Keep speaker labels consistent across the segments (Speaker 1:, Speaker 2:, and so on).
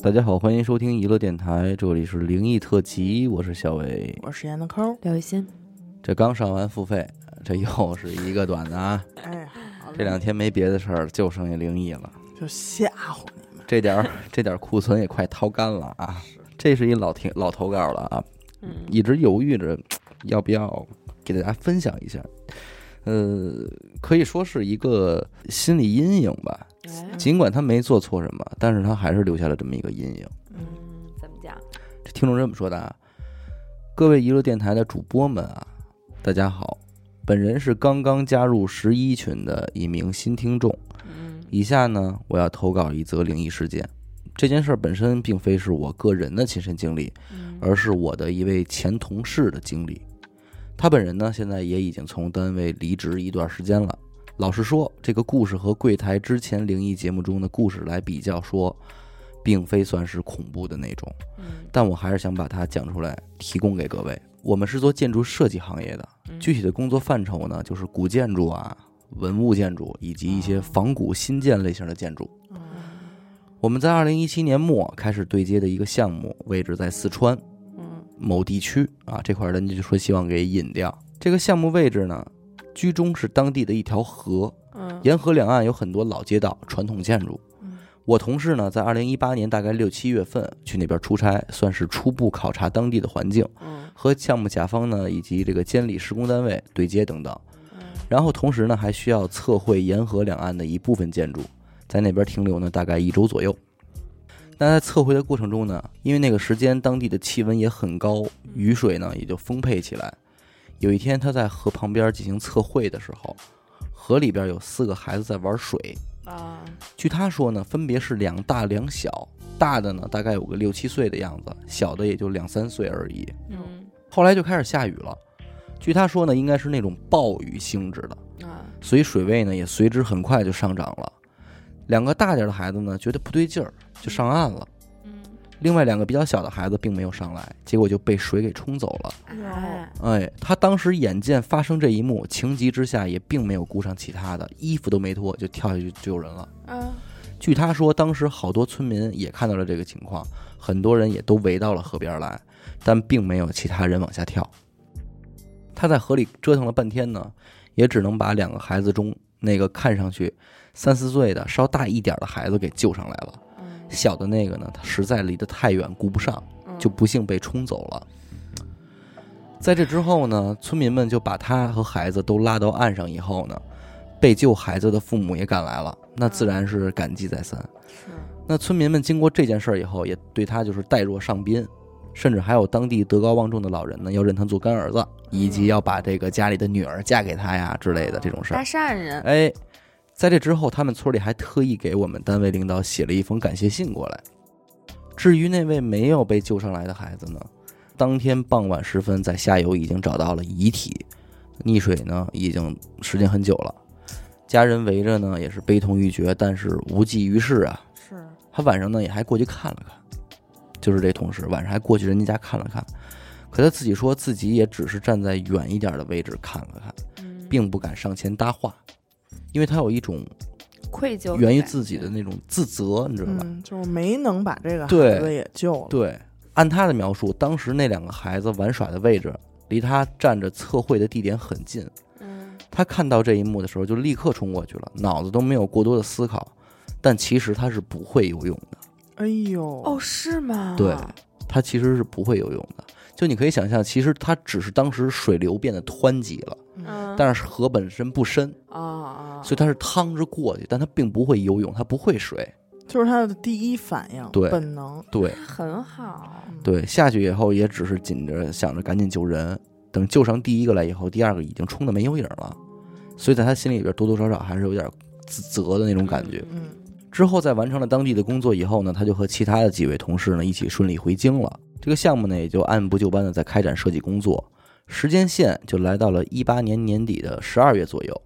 Speaker 1: 大家好，欢迎收听娱乐电台，这里是灵异特辑，我是小伟。
Speaker 2: 我是严的抠。
Speaker 3: 廖雨欣，
Speaker 1: 这刚上完付费，这又是一个短的啊！
Speaker 2: 哎，好
Speaker 1: 这
Speaker 2: 嘞，
Speaker 1: 两天没别的事儿，就剩下灵异了。
Speaker 2: 就吓唬你们。
Speaker 1: 这点 儿这点儿库存也快掏干了啊！这是一老听老投稿了啊，
Speaker 3: 嗯，
Speaker 1: 一直犹豫着要不要给大家分享一下。呃，可以说是一个心理阴影吧。尽管他没做错什么，但是他还是留下了这么一个阴影。
Speaker 3: 嗯，怎么讲？
Speaker 1: 这听众这么说的啊，各位娱乐电台的主播们啊，大家好，本人是刚刚加入十一群的一名新听众。
Speaker 3: 嗯
Speaker 1: 以下呢，我要投稿一则灵异事件。这件事儿本身并非是我个人的亲身经历，
Speaker 3: 嗯
Speaker 1: 而是我的一位前同事的经历。他本人呢，现在也已经从单位离职一段时间了。老实说，这个故事和柜台之前灵异节目中的故事来比较说，并非算是恐怖的那种。
Speaker 3: 嗯
Speaker 1: 但我还是想把它讲出来，提供给各位。我们是做建筑设计行业的，
Speaker 3: 嗯
Speaker 1: 具体的工作范畴呢，就是古建筑啊、文物建筑以及一
Speaker 3: 嗯
Speaker 1: 些仿古新建类型的建筑。我们在二零一七年末开始对接的一个项目，位置在四川
Speaker 3: 嗯
Speaker 1: 某地区啊这块儿，人家就说希望给引掉。这个项目位置呢，居中是当地的一条河，
Speaker 3: 嗯
Speaker 1: 沿河两岸有很多老街道、传统建筑。我同事呢，在二零一八年大概六七月份去那边出差，算是初步考察当地的环境，
Speaker 3: 嗯
Speaker 1: 和项目甲方呢以及这个监理施工单位对接等等。然后同时呢，还需要测绘沿河两岸的一部分建筑，在那边停留呢大概一周左右。那在测绘的过程中呢，因为那个时间当地的气温也很高，雨水呢也就丰沛起来。有一天他在河旁边进行测绘的时候，河里边有四个孩子在玩水，
Speaker 3: 啊
Speaker 1: 据他说呢，分别是两大两小，大的呢大概有个六七岁的样子，小的也就两三岁而已。
Speaker 3: 嗯
Speaker 1: 后来就开始下雨了，据他说呢，应该是那种暴雨性质的，
Speaker 3: 啊
Speaker 1: 所以水位呢也随之很快就上涨了。两个大点的孩子呢觉得不对劲儿，就上岸了。
Speaker 3: 嗯
Speaker 1: 另外两个比较小的孩子并没有上来，结果就被水给冲走了。
Speaker 3: 哎
Speaker 1: 哎，他当时眼见发生这一幕，情急之下也并没有顾上其他的，衣服都没脱就跳下去救人了。
Speaker 3: 啊
Speaker 1: 据他说，当时好多村民也看到了这个情况，很多人也都围到了河边来，但并没有其他人往下跳。他在河里折腾了半天呢，也只能把两个孩子中那个看上去三四岁的稍大一点的孩子给救上来了。
Speaker 3: 嗯
Speaker 1: 小的那个呢，他实在离得太远，顾不上，就不幸被冲走了。在这之后呢，村民们就把他和孩子都拉到岸上以后呢，被救孩子的父母也赶来了，那自然是感激再三。
Speaker 3: 是
Speaker 1: 那村民们经过这件事儿以后，也对他就是待若上宾，甚至还有当地德高望重的老人呢，要认他做干儿子，以及要把这个家里的女儿嫁给他呀之类的这种事
Speaker 3: 大
Speaker 1: 儿。
Speaker 3: 善人
Speaker 1: 哎，在这之后，他们村里还特意给我们单位领导写了一封感谢信过来。至于那位没有被救上来的孩子呢，当天傍晚时分，在下游已经找到了遗体，溺水呢已经时间很久了，家人围着呢也是悲痛欲绝，但是无济于事啊。
Speaker 2: 是，
Speaker 1: 他晚上呢也还过去看了看，就是这同事晚上还过去人家家看了看，可他自己说自己也只是站在远一点的位置看了看，并不敢上前搭话，因为他有一种
Speaker 3: 愧疚
Speaker 1: 源于自己的那种自责，你知道吧？
Speaker 2: 嗯，就是没能把这个
Speaker 1: 对
Speaker 2: 孩子也救了。
Speaker 1: 对，按他的描述，当时那两个孩子玩耍的位置离他站着测绘的地点很近，
Speaker 3: 嗯
Speaker 1: 他看到这一幕的时候就立刻冲过去了，脑子都没有过多的思考，但其实他是不会游泳的。
Speaker 2: 哎呦，
Speaker 3: 哦是吗？
Speaker 1: 对他其实是不会游泳的。就你可以想象，其实他只是当时水流变得湍急了，
Speaker 3: 嗯
Speaker 1: 但是河本身不深，
Speaker 3: 啊啊
Speaker 1: 所以他是趟着过去，但他并不会游泳，他不会水。
Speaker 2: 就是他的第一反应，
Speaker 1: 对
Speaker 2: 本能。
Speaker 1: 对
Speaker 3: 很好
Speaker 1: 对，下去以后也只是紧着想着赶紧救人，等救上第一个来以后，第二个已经冲的没有影儿了，所以在他心里边多多少少还是有点自责的那种感觉。
Speaker 2: 嗯，
Speaker 1: 之后在完成了当地的工作以后呢，他就和其他的几位同事呢一起顺利回京了。这个项目呢也就按部就班的在开展设计工作，时间线就来到了一八年年底的十二月左右。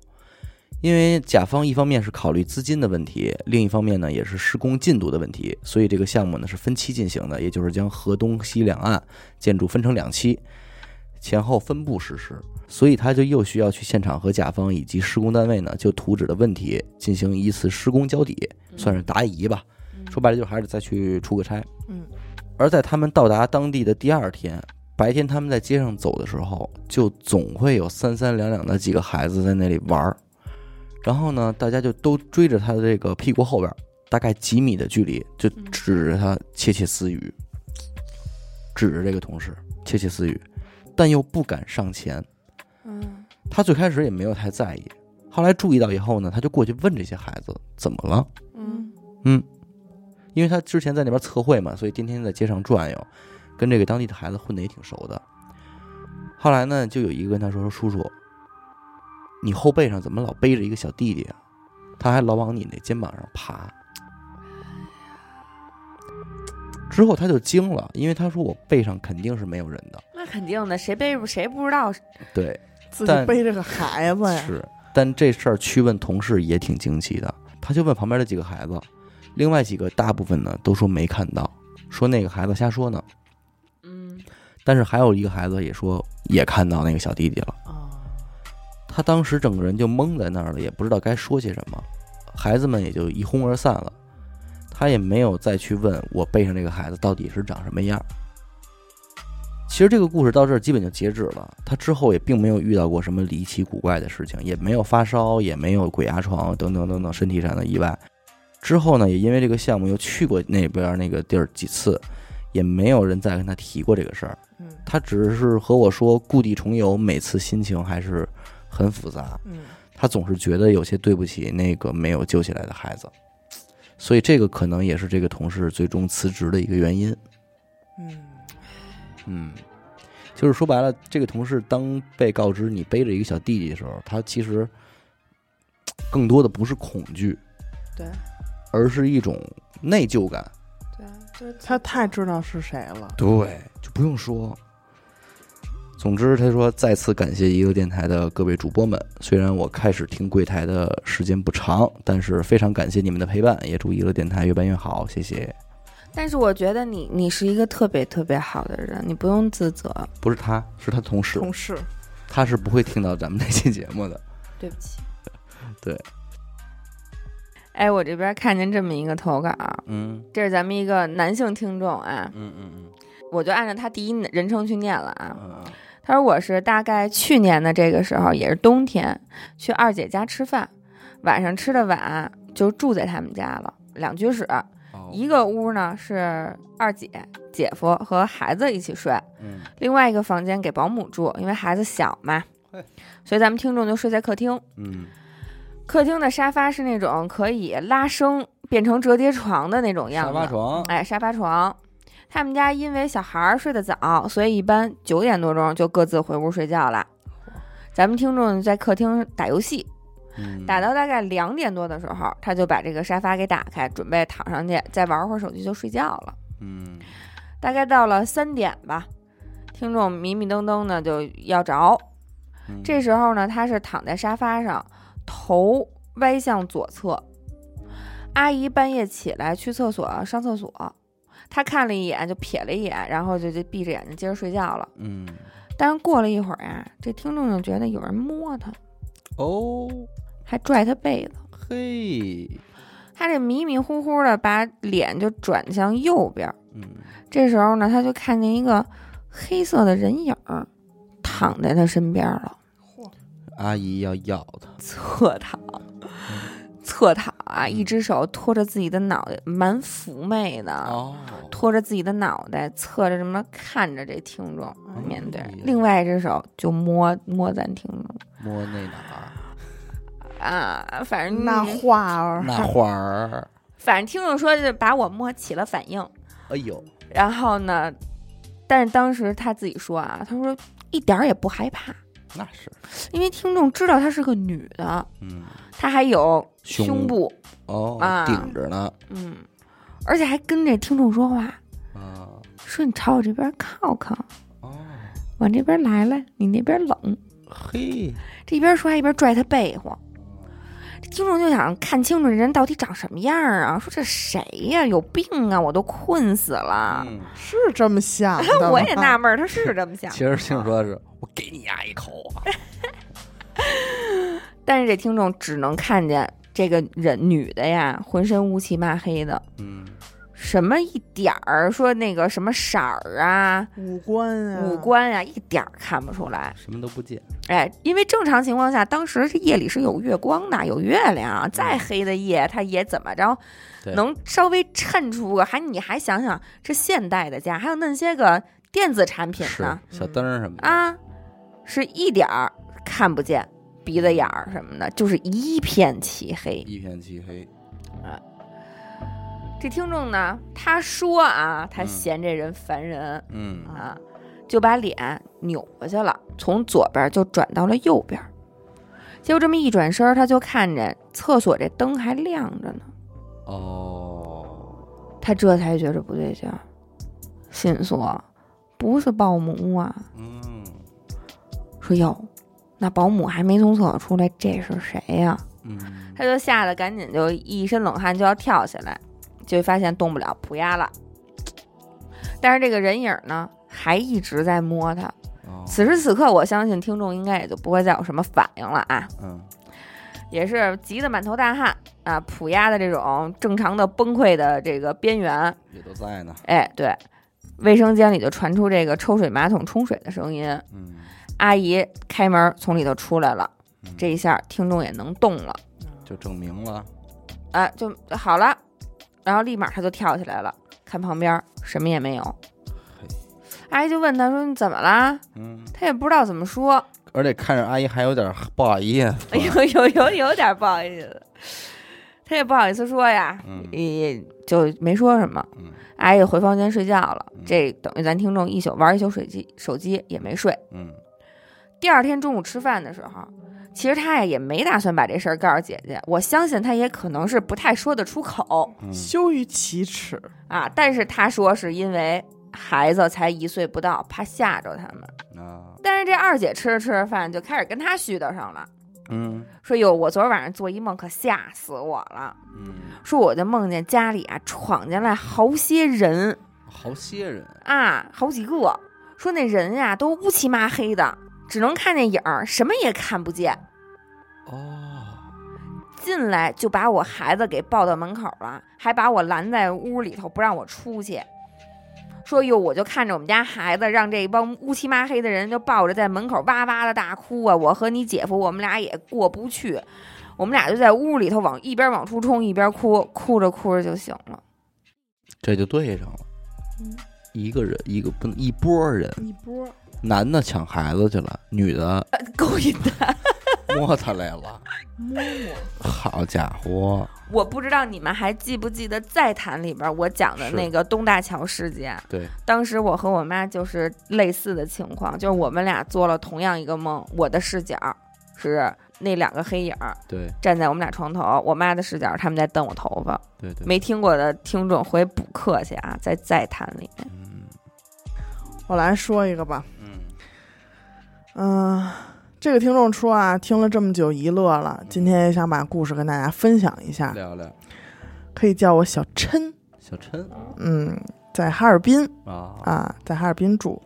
Speaker 1: 因为甲方一方面是考虑资金的问题，另一方面呢也是施工进度的问题，所以这个项目呢是分期进行的，也就是将河东西两岸建筑分成两期，前后分布实施。所以他就又需要去现场和甲方以及施工单位呢就图纸的问题进行一次施工交底，算是答疑吧。说白了就是还是再去出个差。
Speaker 2: 嗯，
Speaker 1: 而在他们到达当地的第二天，白天他们在街上走的时候，就总会有三三两两的几个孩子在那里玩儿。然后呢，大家就都追着他的这个屁股后边儿，大概几米的距离，就
Speaker 3: 嗯
Speaker 1: 指着他窃窃私语，指着这个同事窃窃私语，但又不敢上前。
Speaker 3: 嗯
Speaker 1: 他最开始也没有太在意，后来注意到以后呢，他就过去问这些孩子怎么了。
Speaker 3: 嗯
Speaker 1: 因为他之前在那边测绘嘛，所以天天在街上转悠，跟这个当地的孩子混得也挺熟的。后来呢，就有一个跟他说：“说叔叔，你后背上怎么老背着一个小弟弟啊？他还老往你那肩膀上爬。”之后他就惊了，因为他说：“我背上肯定是没有人的。
Speaker 3: 那肯定的，谁背着谁不知道。”
Speaker 1: 对，
Speaker 2: 自
Speaker 1: 但
Speaker 2: 己背着个孩子呀，
Speaker 1: 是。但这事儿去问同事也挺惊奇的，他就问旁边的几个孩子，另外几个大部分呢都说没看到，说那个孩子瞎说呢。
Speaker 3: 嗯
Speaker 1: 但是还有一个孩子也说也看到那个小弟弟了，
Speaker 2: 啊，
Speaker 1: 他当时整个人就懵在那儿了，也不知道该说些什么，孩子们也就一哄而散了，他也没有再去问我背上这个孩子到底是长什么样儿。其实这个故事到这儿基本就截止了，他之后也并没有遇到过什么离奇古怪的事情，也没有发烧，也没有鬼压床等等等等身体上的意外。之后呢，也因为这个项目又去过那边儿那个地儿几次，也没有人再跟他提过这个事儿。
Speaker 2: 嗯
Speaker 1: 他只是和我说故地重游，每次心情还是很复杂。
Speaker 2: 嗯
Speaker 1: 他总是觉得有些对不起那个没有救起来的孩子，所以这个可能也是这个同事最终辞职的一个原因。
Speaker 2: 嗯，
Speaker 1: 嗯，就是说白了，这个同事当被告知你背着一个小弟弟的时候，他其实更多的不是恐惧，
Speaker 3: 对
Speaker 1: 而是一种内疚感。
Speaker 3: 对，就是
Speaker 2: 他太知道是谁了，
Speaker 1: 对，就不用说。总之，他说再次感谢一个电台的各位主播们。虽然我开始听柜台的时间不长，但是非常感谢你们的陪伴，也祝一乐电台越办越好，谢谢。
Speaker 3: 但是我觉得你你是一个特别特别好的人，你不用自责。
Speaker 1: 不是他，是他同事，
Speaker 2: 同事，
Speaker 1: 他是不会听到咱们这期节目的。
Speaker 3: 对不起。
Speaker 1: 对。
Speaker 3: 哎，我这边看见这么一个投稿，啊
Speaker 1: 嗯
Speaker 3: 这是咱们一个男性听众啊，
Speaker 1: 嗯嗯
Speaker 3: 我就按照他第一人称去念了啊。
Speaker 1: 嗯
Speaker 3: 他说我是大概去年的这个时候，也是冬天，去二姐家吃饭，晚上吃的晚，就住在他们家了，两居室，
Speaker 1: 嗯
Speaker 3: 一个屋呢是二姐、姐夫和孩子一起睡，
Speaker 1: 嗯
Speaker 3: 另外一个房间给保姆住，因为孩子小嘛
Speaker 1: 嘿，
Speaker 3: 所以咱们听众就睡在客厅。
Speaker 1: 嗯
Speaker 3: 客厅的沙发是那种可以拉升变成折叠床的那种样
Speaker 1: 沙发
Speaker 3: 子，
Speaker 1: 床，
Speaker 3: 哎，沙发床。他们家因为小孩儿睡得早，所以一般九点多钟就各自回屋睡觉了。咱们听众在客厅打游戏，
Speaker 1: 嗯
Speaker 3: 打到大概两点多的时候，他就把这个沙发给打开，准备躺上去再玩会儿手机就睡觉了。
Speaker 1: 嗯
Speaker 3: 大概到了三点吧，听众迷迷瞪瞪的就要着，
Speaker 1: 嗯
Speaker 3: 这时候呢，他是躺在沙发上，头歪向左侧。阿姨半夜起来去厕所上厕所，他看了一眼就瞥了一眼，然后就就闭着眼睛接着睡觉了。
Speaker 1: 嗯
Speaker 3: 但是过了一会儿啊，这听众就觉得有人摸他，
Speaker 1: 哦
Speaker 3: 还拽他被子。
Speaker 1: 嘿
Speaker 3: 他这迷迷糊糊的把脸就转向右边儿，
Speaker 1: 嗯
Speaker 3: 这时候呢，他就看见一个黑色的人影儿躺在他身边了。
Speaker 1: 阿姨要要他，
Speaker 3: 侧躺，侧躺啊，一只手托着自己的脑袋，蛮妩媚的，
Speaker 1: 哦
Speaker 3: 托着自己的脑袋，侧着这么看着这听众
Speaker 2: 哎
Speaker 3: 面对
Speaker 1: 呀，
Speaker 3: 另外一只手就摸摸咱听众
Speaker 1: 摸那哪 儿？
Speaker 3: 啊，反正
Speaker 2: 那话儿，
Speaker 1: 那会儿，
Speaker 3: 反正听众说是把我摸起了反应，
Speaker 1: 哎呦，
Speaker 3: 然后呢，但是当时他自己说啊，他说一点儿也不害怕，
Speaker 1: 那是，
Speaker 3: 因为听众知道她是个女的，
Speaker 1: 嗯，
Speaker 3: 她还有
Speaker 1: 胸
Speaker 3: 胸部，
Speaker 1: 哦，
Speaker 3: 啊
Speaker 1: 顶着呢，
Speaker 3: 嗯，而且还跟这听众说话。
Speaker 1: 啊，
Speaker 3: 说你朝我这边靠靠，
Speaker 1: 哦，
Speaker 3: 往这边来来，你那边冷。
Speaker 1: 嘿，
Speaker 3: 这一边说还一边拽他被子，这听众就想看清楚这人到底长什么样啊？说这谁呀、有病啊！我都困死了。
Speaker 1: 嗯，
Speaker 2: 是这么想的吗，
Speaker 3: 我也纳闷儿，他是这么想
Speaker 1: 其。实听说是我给你压一口啊，
Speaker 3: 但是这听众只能看见这个人女的呀，浑身乌漆嘛黑的，
Speaker 1: 嗯，
Speaker 3: 什么一点儿说那个什么色儿啊、
Speaker 2: 五官啊，
Speaker 3: 五官呀、一点儿看不出来。
Speaker 1: 什么都不见，
Speaker 3: 哎，因为正常情况下，当时是夜里是有月光的，有月亮，再黑的夜它也怎么着
Speaker 1: 对，
Speaker 3: 能稍微衬出个还你还想想这现代的家，还有那些个电子产品
Speaker 1: 是
Speaker 3: 呢
Speaker 1: 小灯儿什么的，
Speaker 3: 啊，是一点儿看不见鼻子眼儿什么的，就是一片漆黑。
Speaker 1: 一片漆黑，
Speaker 3: 这听众呢，他说啊，他
Speaker 1: 嗯
Speaker 3: 嫌这人烦人、
Speaker 1: 嗯
Speaker 2: 啊
Speaker 3: 啊，就把脸扭过去了，从左边就转到了右边。结果这么一转身儿，他就看见厕所这灯还亮着呢，
Speaker 1: 哦，
Speaker 3: 他这才觉着不对劲儿，心说不是保姆啊，
Speaker 1: 嗯
Speaker 3: 说哟，那保姆还没从厕所出来，这是谁呀、
Speaker 1: 嗯，
Speaker 3: 他就吓得赶紧就一身冷汗就要跳起来，就发现动不了，扑压了。但是这个人影呢，还一直在摸他。
Speaker 1: 哦
Speaker 3: 此时此刻，我相信听众应该也就不会再有什么反应了啊，
Speaker 1: 嗯
Speaker 3: 也是急得满头大汗啊，扑压的这种正常的崩溃的这个边缘。
Speaker 1: 也都在呢，
Speaker 3: 哎，对，卫生间里就传出这个抽水马桶冲水的声音。
Speaker 1: 嗯，
Speaker 3: 阿姨开门从里头出来了，
Speaker 1: 嗯
Speaker 3: 这一下听众也能动了。
Speaker 1: 就证明了，
Speaker 3: 啊，就好了。然后立马他就跳起来了，看旁边儿什么也没有。阿姨就问他说：“你怎么啦
Speaker 1: 嗯？”，哦
Speaker 3: 他也不知道怎么说，
Speaker 1: 而且看着阿姨还有点儿不好意思，
Speaker 3: 哎呦， 有有有点不好意思，他也不好意思说呀，
Speaker 1: 嗯
Speaker 3: 也就没说什么。
Speaker 1: 嗯
Speaker 3: 阿姨就回房间睡觉了
Speaker 1: 嗯。
Speaker 3: 这等于咱听众一宿玩一宿手机，手机也没睡。
Speaker 1: 嗯
Speaker 3: 第二天中午吃饭的时候，其实他也没打算把这事儿告诉姐姐，我相信他也可能是不太说得出口。
Speaker 1: 嗯
Speaker 2: 羞于启齿，
Speaker 3: 啊，但是他说是因为孩子才一岁不到，怕吓着他们。
Speaker 1: 啊
Speaker 3: 但是这二姐吃着吃着饭就开始跟他絮叨上了，
Speaker 1: 嗯
Speaker 3: 说哟，我昨儿晚上做一梦，可吓死我了。
Speaker 1: 嗯，
Speaker 3: 说我就梦见家里啊闯进来好些人
Speaker 1: 好些人，
Speaker 3: 啊，好几个，说那人呀、都乌漆嘛黑的，只能看见影儿，什么也看不见。
Speaker 1: 哦，
Speaker 3: 进来就把我孩子给抱到门口了，还把我拦在屋里头不让我出去，说哟，我就看着我们家孩子让这帮乌漆嘛黑的人就抱着在门口哇哇的大哭啊，我和你姐夫我们俩也过不去，我们俩就在屋里头往一边往出冲一边哭，哭着哭着就醒了。
Speaker 1: 这就对上了
Speaker 3: 嗯。
Speaker 1: 一个人，一个不一波人，
Speaker 2: 一波
Speaker 1: 男的抢孩子去了，女的
Speaker 3: 呃，勾引他，
Speaker 1: 摸他来了，
Speaker 2: 摸摸，
Speaker 1: 好家伙，
Speaker 3: 我不知道你们还记不记得《再谈》里边我讲的
Speaker 1: 是
Speaker 3: 那个东大桥事件。
Speaker 1: 对，
Speaker 3: 当时我和我妈就是类似的情况，就是我们俩做了同样一个梦。我的视角是那两个黑影儿
Speaker 1: 对
Speaker 3: 站在我们俩床头，我妈的视角他们在蹬我头发。
Speaker 1: 对对，
Speaker 3: 没听过的听众回补课去啊，在再谈里面。
Speaker 1: 嗯
Speaker 2: 我来说一个吧，
Speaker 1: 嗯
Speaker 2: 嗯、这个听众说啊，听了这么久一乐了，今天也想把故事跟大家分享一下，
Speaker 1: 聊聊
Speaker 2: 可以叫我小琛。
Speaker 1: 小琛
Speaker 2: 嗯，在哈尔滨
Speaker 1: 啊，
Speaker 2: 啊，在哈尔滨住。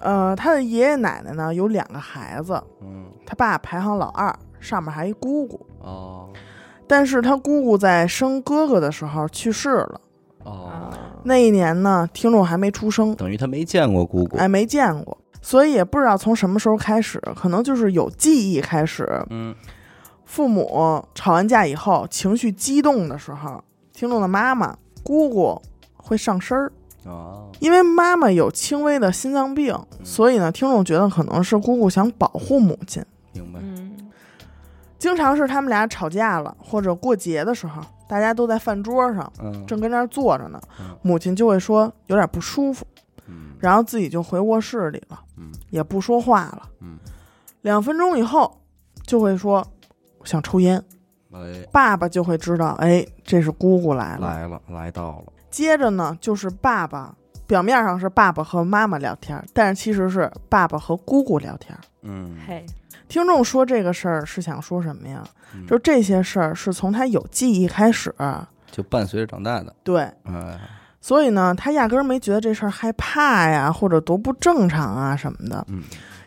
Speaker 2: 呃，他的爷爷奶奶呢有两个孩子，
Speaker 1: 嗯
Speaker 2: 他爸排行老二，上面还一姑姑。
Speaker 1: 哦
Speaker 2: 但是他姑姑在生哥哥的时候去世了。
Speaker 1: 哦，
Speaker 3: 啊
Speaker 2: 那一年呢，听众还没出生，
Speaker 1: 等于他没见过姑姑，
Speaker 2: 哎，没见过，所以也不知道从什么时候开始，可能就是有记忆开始，
Speaker 1: 嗯
Speaker 2: 父母吵完架以后，情绪激动的时候，听众的妈妈、姑姑会上身儿。
Speaker 1: 哦
Speaker 2: 因为妈妈有轻微的心脏病，所以呢，听众觉得可能是姑姑想保护母亲。
Speaker 1: 明白，
Speaker 3: 嗯，
Speaker 2: 经常是他们俩吵架了，或者过节的时候，大家都在饭桌上，
Speaker 1: 嗯
Speaker 2: 正跟那儿坐着呢
Speaker 1: 嗯，
Speaker 2: 母亲就会说有点不舒服，
Speaker 1: 嗯
Speaker 2: 然后自己就回卧室里了，
Speaker 1: 嗯
Speaker 2: 也不说话了。
Speaker 1: 嗯，
Speaker 2: 两分钟以后，就会说我想抽烟，
Speaker 1: 哎
Speaker 2: 爸爸就会知道，哎，这是姑姑来了。
Speaker 1: 来了来到了，
Speaker 2: 接着呢，就是爸爸，表面上是爸爸和妈妈聊天，但是其实是爸爸和姑姑聊天。
Speaker 1: 嗯，
Speaker 3: 嘿，
Speaker 2: 听众说这个事儿是想说什么呀？
Speaker 1: 嗯
Speaker 2: 就这些事儿是从他有记忆开始，
Speaker 1: 就伴随着长大的，
Speaker 2: 对，
Speaker 1: 哎
Speaker 2: 所以呢，他压根儿没觉得这事儿害怕呀，或者多不正常啊什么的。
Speaker 1: 嗯，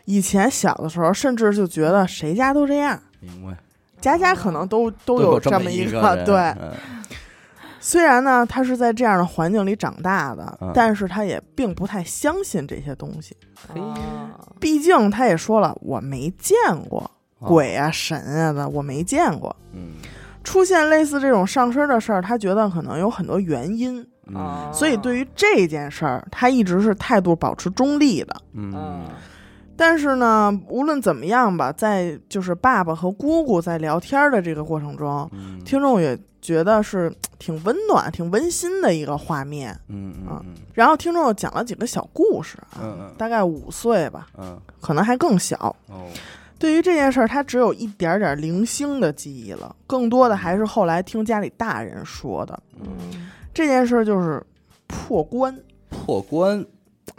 Speaker 2: 以前小的时候，甚至就觉得谁家都这样，
Speaker 1: 明白，
Speaker 2: 家家可能都都
Speaker 1: 嗯有
Speaker 2: 这
Speaker 1: 么
Speaker 2: 么
Speaker 1: 一
Speaker 2: 一
Speaker 1: 个人
Speaker 2: 对。，
Speaker 1: 嗯
Speaker 2: 虽然呢，他是在这样的环境里长大的，
Speaker 1: 嗯
Speaker 2: 但是他也并不太相信这些东西。
Speaker 1: 嘿
Speaker 3: 哦
Speaker 2: 毕竟他也说了，我没见过
Speaker 1: 啊，
Speaker 2: 鬼啊、神啊的，我没见过。
Speaker 1: 嗯
Speaker 2: 出现类似这种上身的事儿，他觉得可能有很多原因，
Speaker 1: 嗯
Speaker 2: 所以对于这件事儿，他一直是态度保持中立的。
Speaker 1: 嗯
Speaker 3: 嗯
Speaker 2: 但是呢，无论怎么样吧，在就是爸爸和姑姑在聊天儿的这个过程中，
Speaker 1: 嗯
Speaker 2: 听众也觉得是挺温暖、挺温馨的一个画面。
Speaker 1: 嗯嗯
Speaker 2: 啊
Speaker 1: 嗯
Speaker 2: 然后听众又讲了几个小故事啊，
Speaker 1: 嗯嗯
Speaker 2: 大概五岁吧，
Speaker 1: 嗯
Speaker 2: 可能还更小。
Speaker 1: 哦
Speaker 2: 对于这件事儿，他只有一点点零星的记忆了，更多的还是后来听家里大人说的。
Speaker 3: 嗯
Speaker 2: 这件事儿就是破关，
Speaker 1: 破关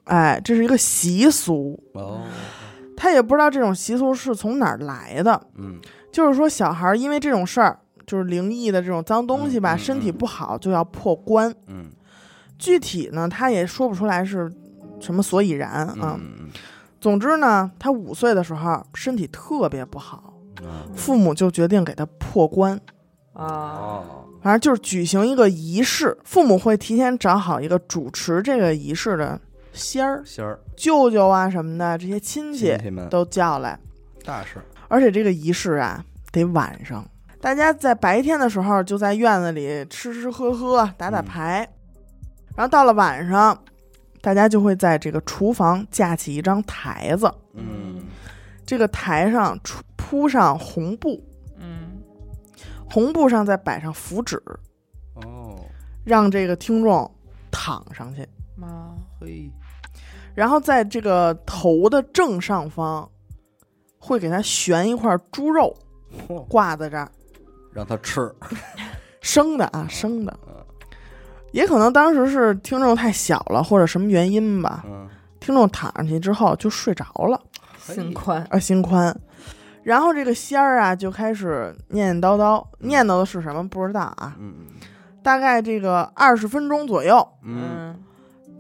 Speaker 2: 哎，这是一个习俗，
Speaker 1: 哦
Speaker 2: 他也不知道这种习俗是从哪儿来的。
Speaker 1: 嗯
Speaker 2: 就是说，小孩儿因为这种事儿，就是灵异的这种脏东西吧，
Speaker 1: 嗯嗯
Speaker 2: 身体不好就要破关。
Speaker 1: 嗯
Speaker 2: 具体呢，他也说不出来是什么所以然啊。
Speaker 1: 嗯
Speaker 2: 总之呢，他五岁的时候身体特别不好，
Speaker 1: 嗯
Speaker 2: 父母就决定给他破关，
Speaker 3: 啊
Speaker 1: 哦
Speaker 2: 反正就是举行一个仪式，父母会提前找好一个主持这个仪式的仙儿、
Speaker 1: 仙儿
Speaker 2: 舅舅啊什么的，这些亲戚
Speaker 1: 亲戚们
Speaker 2: 都叫来。
Speaker 1: 大事
Speaker 2: 而且这个仪式啊，得晚上。大家在白天的时候就在院子里吃吃喝喝、打打牌，然后到了晚上，大家就会在这个厨房架起一张台子，
Speaker 1: 嗯
Speaker 2: 这个台上出铺上红布，
Speaker 3: 嗯
Speaker 2: 红布上再摆上符纸，
Speaker 1: 哦
Speaker 2: 让这个听众躺上去。
Speaker 3: 啊
Speaker 1: 嘿
Speaker 2: 然后在这个头的正上方，会给他悬一块猪肉
Speaker 1: 嚯
Speaker 2: 挂在这儿，
Speaker 1: 让他吃
Speaker 2: 生的啊，生的。
Speaker 1: 嗯
Speaker 2: 也可能当时是听众太小了，或者什么原因吧，
Speaker 1: 嗯
Speaker 2: 听众躺上去之后就睡着了，
Speaker 1: 嘿
Speaker 3: 心宽
Speaker 2: 啊，心宽。然后这个仙儿啊就开始念念叨叨，念叨的是什么不知道啊，
Speaker 1: 嗯
Speaker 2: 大概这个二十分钟左右，
Speaker 1: 嗯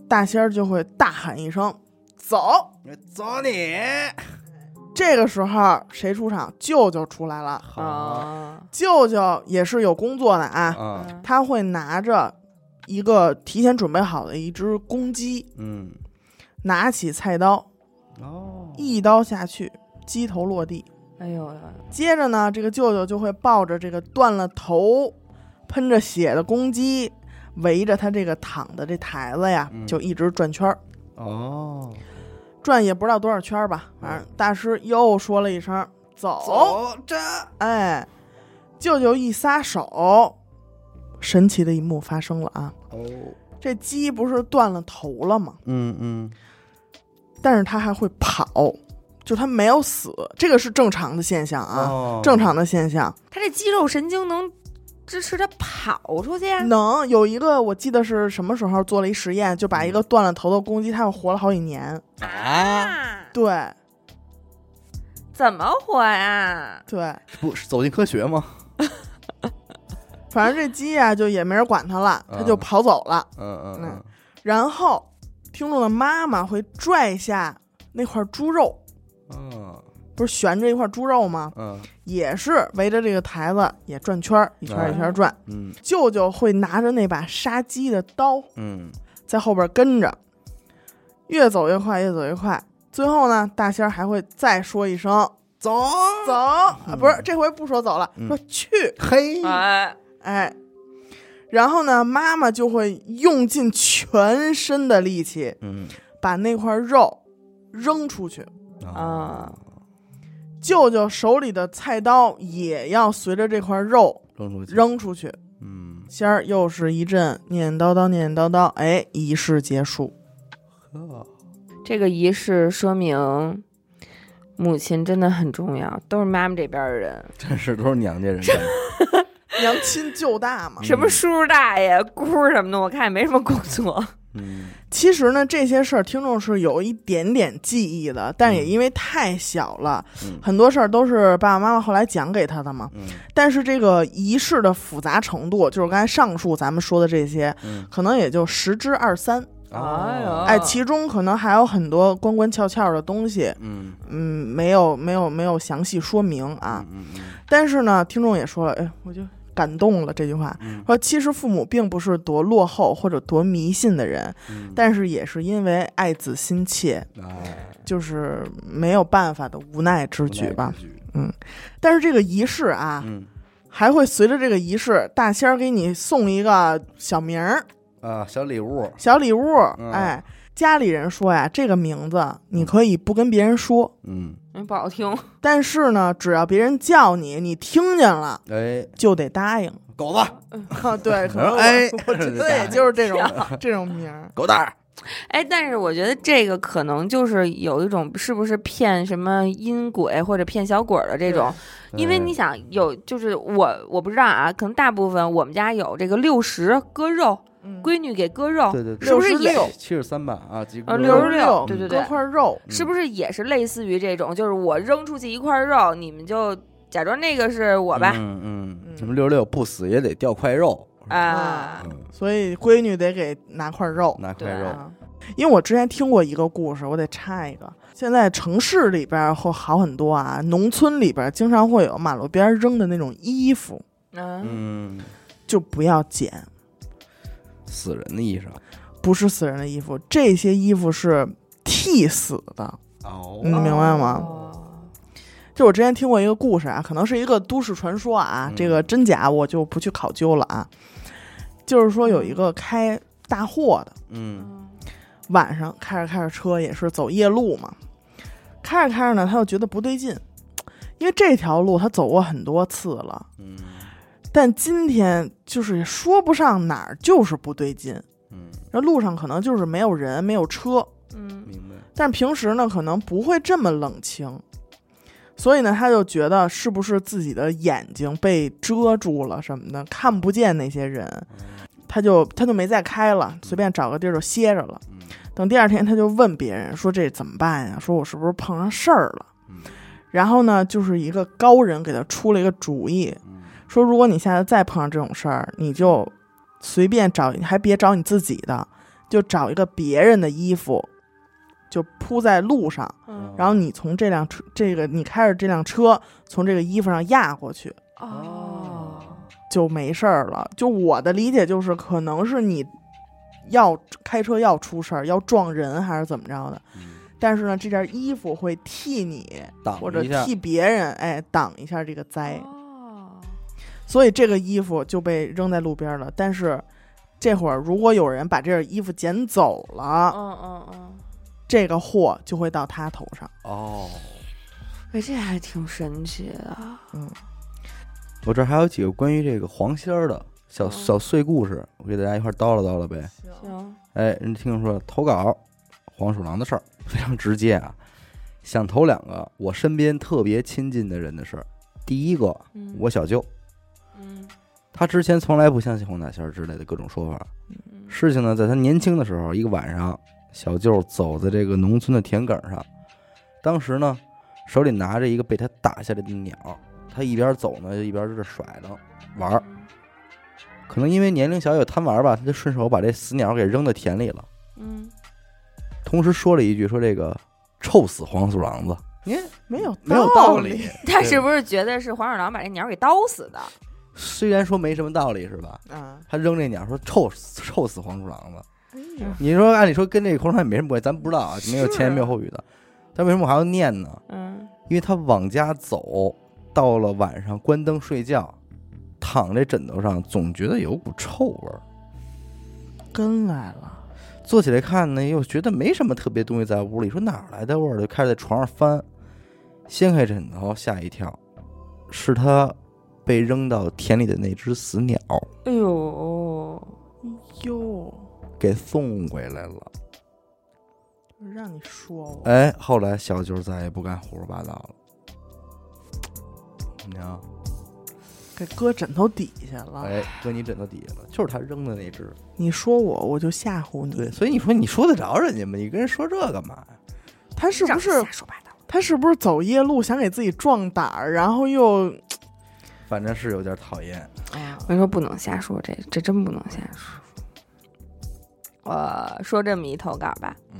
Speaker 2: 大仙儿就会大喊一声“走
Speaker 1: 嗯走你”。
Speaker 2: 这个时候谁出场？舅舅出来了，
Speaker 3: 啊
Speaker 2: 舅舅也是有工作的啊，
Speaker 1: 啊
Speaker 3: 嗯
Speaker 2: 他会拿着一个提前准备好的一只公鸡，
Speaker 1: 嗯
Speaker 2: 拿起菜刀
Speaker 1: 哦
Speaker 2: 一刀下去，鸡头落地。
Speaker 3: 哎呦哎呦
Speaker 2: 接着呢，这个舅舅就会抱着这个断了头、喷着血的公鸡，围着他这个躺的这台子呀
Speaker 1: 嗯，
Speaker 2: 就一直转圈儿，
Speaker 1: 哦
Speaker 2: 转也不知道多少圈儿吧。反
Speaker 1: 嗯
Speaker 2: 正大师又说了一声“走”，
Speaker 1: 这
Speaker 2: 哎，舅舅一撒手，神奇的一幕发生了啊！
Speaker 1: 哦
Speaker 2: 这鸡不是断了头了吗？
Speaker 1: 嗯嗯
Speaker 2: 但是它还会跑，就它没有死，这个是正常的现象啊，
Speaker 1: 哦
Speaker 2: 正常的现象。
Speaker 3: 他这肌肉神经能支持他跑出去呀？
Speaker 2: 能有一个，我记得是什么时候做了一实验，就把
Speaker 1: 嗯
Speaker 2: 一个断了头的公鸡，它又活了好几年。
Speaker 1: 啊
Speaker 3: 啊
Speaker 2: 对
Speaker 3: 怎么火呀？
Speaker 2: 对，
Speaker 1: 不是走进科学吗？
Speaker 2: 反正这鸡啊，就也没人管它了，它就
Speaker 1: 嗯
Speaker 2: 跑走了。
Speaker 1: 嗯嗯嗯
Speaker 2: 然后听众的妈妈会拽下那块猪肉，
Speaker 1: 嗯
Speaker 2: 不是悬着一块猪肉吗？
Speaker 1: 嗯
Speaker 2: 也是围着这个台子也转圈儿，一圈儿一圈儿转。
Speaker 1: 嗯
Speaker 2: 舅舅会拿着那把杀鸡的刀
Speaker 1: 嗯
Speaker 2: 在后边跟着，越走越快，越走越快。最后呢，大仙儿还会再说一声
Speaker 1: 走
Speaker 2: 走，啊，不是这回不说走了，
Speaker 1: 嗯
Speaker 2: 说去，
Speaker 1: 嘿
Speaker 3: 哎，
Speaker 2: 哎，然后呢，妈妈就会用尽全身的力气
Speaker 1: 嗯
Speaker 2: 把那块肉扔出去，
Speaker 1: 哦
Speaker 3: 啊，
Speaker 2: 舅舅手里的菜刀也要随着这块肉
Speaker 1: 扔出去
Speaker 2: 扔出去。
Speaker 1: 嗯
Speaker 2: 仙儿又是一阵念念叨叨，念念叨叨，哎，仪式结束。
Speaker 1: 呵
Speaker 3: 这个仪式说明母亲真的很重要，都是妈妈这边儿的人，
Speaker 1: 真是都是娘家人干的
Speaker 2: 娘亲舅大嘛，
Speaker 3: 什么叔叔大爷、姑儿什么的，我看也没什么工作。
Speaker 1: 嗯
Speaker 2: 其实呢，这些事儿听众是有一点点记忆的，但也因为太小了，
Speaker 1: 嗯
Speaker 2: 很多事儿都是爸爸妈妈后来讲给他的嘛。
Speaker 1: 嗯
Speaker 2: 但是这个仪式的复杂程度，就是刚才上述咱们说的这些，
Speaker 1: 嗯
Speaker 2: 可能也就十之二三。
Speaker 3: 哎呦
Speaker 2: 哎，其中可能还有很多关关窍窍的东西，
Speaker 1: 嗯
Speaker 2: 嗯，没有没有没有详细说明啊。
Speaker 1: 嗯嗯
Speaker 2: 但是呢，听众也说了，哎，我就感动了这句话，
Speaker 1: 嗯
Speaker 2: 说其实父母并不是多落后或者多迷信的人，
Speaker 1: 嗯
Speaker 2: 但是也是因为爱子心切，
Speaker 1: 哎，
Speaker 2: 就是没有办法的无奈之举吧。，但是这个仪式啊，
Speaker 1: 嗯
Speaker 2: 还会随着这个仪式，大仙儿给你送一个小名儿、
Speaker 1: 啊，小礼物，
Speaker 2: 小礼物
Speaker 1: 嗯。
Speaker 2: 哎，家里人说呀，这个名字你可以不跟别人说，
Speaker 1: 嗯，
Speaker 3: 嗯不好听，
Speaker 2: 但是呢，只要别人叫你，你听见了
Speaker 1: 哎，
Speaker 2: 就得答应。
Speaker 1: 狗子，
Speaker 2: 啊， 对，可能 我
Speaker 1: 哎
Speaker 2: 我觉得也就是这种 这种名儿。
Speaker 1: 狗蛋儿，
Speaker 3: 哎，但是我觉得这个可能就是有一种是不是骗什么阴鬼或者骗小鬼儿的这种，因为你想有就是我我不知道啊，可能大部分我们家有这个六十割肉，
Speaker 2: 嗯
Speaker 3: 闺女给割肉，
Speaker 1: 对对对，
Speaker 3: 是不是也
Speaker 2: 66
Speaker 1: 七十三吧啊，几
Speaker 3: 呃
Speaker 2: 六
Speaker 3: 六
Speaker 2: 十
Speaker 3: 十
Speaker 2: 六，
Speaker 3: 六
Speaker 1: 对对
Speaker 3: 对
Speaker 2: 割块肉，
Speaker 3: 是不是也是类似于这种，就是我扔出去一块肉，你们就假装那个是我吧，
Speaker 1: 嗯嗯，
Speaker 2: 嗯
Speaker 1: 什么六十六不死也得掉块肉，
Speaker 3: 啊，
Speaker 1: 嗯，
Speaker 2: 所以闺女得给拿块肉。
Speaker 1: 拿块
Speaker 3: 对
Speaker 1: 肉，
Speaker 2: 啊，因为我之前听过一个故事，我得插一个。现在城市里边儿会好很多啊，农村里边儿经常会有马路边儿扔的那种衣服，
Speaker 3: 嗯，
Speaker 1: 嗯，
Speaker 2: 就不要捡，
Speaker 1: 死人的衣裳，
Speaker 2: 不是死人的衣服，这些衣服是替死的。
Speaker 1: 哦
Speaker 2: 嗯你明白吗
Speaker 3: 哦
Speaker 2: 就我之前听过一个故事啊，可能是一个都市传说啊，
Speaker 1: 嗯
Speaker 2: 这个真假我就不去考究了啊。就是说有一个开大货的，
Speaker 1: 嗯
Speaker 2: 晚上开着开着车也是走夜路嘛，开着开着呢，他又觉得不对劲，因为这条路他走过很多次了，
Speaker 1: 嗯
Speaker 2: 但今天就是说不上哪儿，就是不对劲。
Speaker 1: 嗯，
Speaker 2: 然后路上可能就是没有人，没有车，
Speaker 3: 嗯，
Speaker 1: 明白，
Speaker 2: 但平时呢，可能不会这么冷清，所以呢，他就觉得是不是自己的眼睛被遮住了什么的，看不见那些人，他就他就没再开了，随便找个地儿就歇着了。
Speaker 1: 嗯
Speaker 2: 等第二天，他就问别人说：“这怎么办呀？说我是不是碰上事儿了
Speaker 1: 嗯？”
Speaker 2: 然后呢，就是一个高人给他出了一个主意，
Speaker 1: 嗯
Speaker 2: 说如果你下次再碰上这种事儿，你就随便找，还别找你自己的，就找一个别人的衣服，就铺在路上，
Speaker 1: 哦
Speaker 3: 嗯
Speaker 2: 然后你从这辆车，这个你开着这辆车从这个衣服上压过去
Speaker 1: 嗯
Speaker 3: 哦，
Speaker 2: 就没事儿了。就我的理解就是，可能是你要开车要出事儿，要撞人还是怎么着的，
Speaker 1: 嗯，
Speaker 2: 但是呢，这件衣服会替你
Speaker 1: 挡
Speaker 2: 或者
Speaker 1: 一下
Speaker 2: 替别人哎挡一下这个灾。
Speaker 3: 哦
Speaker 2: 所以这个衣服就被扔在路边了。但是这会儿如果有人把这件衣服捡走了，
Speaker 3: 嗯嗯嗯，
Speaker 2: 这个祸就会到他头上。
Speaker 1: 哦。
Speaker 3: 哎，这还挺神奇的，啊
Speaker 1: 我这儿还有几个关于这个黄仙儿的小
Speaker 3: 嗯
Speaker 1: 小碎故事，我给大家一块儿叨唠叨唠呗。
Speaker 3: 行，
Speaker 1: 哎，人家听说投稿黄鼠狼的事儿， 非常直接啊。想投两个我身边特别亲近的人的事儿。第一个，
Speaker 3: 嗯
Speaker 1: 我小舅，
Speaker 3: 嗯
Speaker 1: 他之前从来不相信黄大仙儿之类的各种说法。
Speaker 3: 嗯
Speaker 1: 事情呢，在他年轻的时候，一个晚上，小舅走在这个农村的田埂上，当时呢，手里拿着一个被他打下来的鸟，他一边走呢，一边就是甩了玩儿。可能因为年龄小有贪玩儿吧，他就顺手把这死鸟给扔到田里了，
Speaker 3: 嗯，
Speaker 1: 同时说了一句：“说这个臭死黄鼠狼子，你
Speaker 2: 没有
Speaker 1: 没有
Speaker 2: 道
Speaker 1: 道
Speaker 2: 理
Speaker 1: 理。
Speaker 3: 他是不是觉得是黄鼠狼把这鸟给叨死的？
Speaker 1: 虽然说没什么道理是吧？
Speaker 2: 啊，
Speaker 1: 他扔这鸟说臭死臭死黄鼠狼子，
Speaker 2: 哎呀
Speaker 1: 你说按理说跟这个黄鼠狼也没什么关系，咱不知道啊，没有
Speaker 3: 是
Speaker 1: 前言没有后语的，但为什么我还要念呢？
Speaker 3: 嗯
Speaker 1: 因为他往家走，到了晚上关灯睡觉，躺在枕头上，总觉得有股臭味儿。
Speaker 2: 跟来了，
Speaker 1: 坐起来看呢，又觉得没什么特别东西在屋里，说哪儿来的味儿？就开始在床上翻，掀开枕头，吓一跳，是他被扔到田里的那只死鸟
Speaker 3: 哎呦，
Speaker 2: 哟，
Speaker 1: 给送回来了。
Speaker 2: 让你说我，
Speaker 1: 哎，后来小舅再也不敢胡说八道了。你看，
Speaker 2: 给搁枕头底下了。
Speaker 1: 哎，搁你枕头底下了，就是他扔的那只。
Speaker 2: 你说我，我就吓唬
Speaker 1: 对，
Speaker 2: 你。
Speaker 1: 所以你说你说得着人家吗？你跟人说这干嘛呀？
Speaker 2: 他是不
Speaker 3: 让
Speaker 2: 是
Speaker 3: 你瞎说八道？
Speaker 2: 他是不是走夜路想给自己壮胆儿，然后又
Speaker 1: 反正是有点讨厌。
Speaker 2: 啊
Speaker 3: 我跟你说不能瞎说，这这真不能瞎说。我说这么一投稿吧，
Speaker 1: 嗯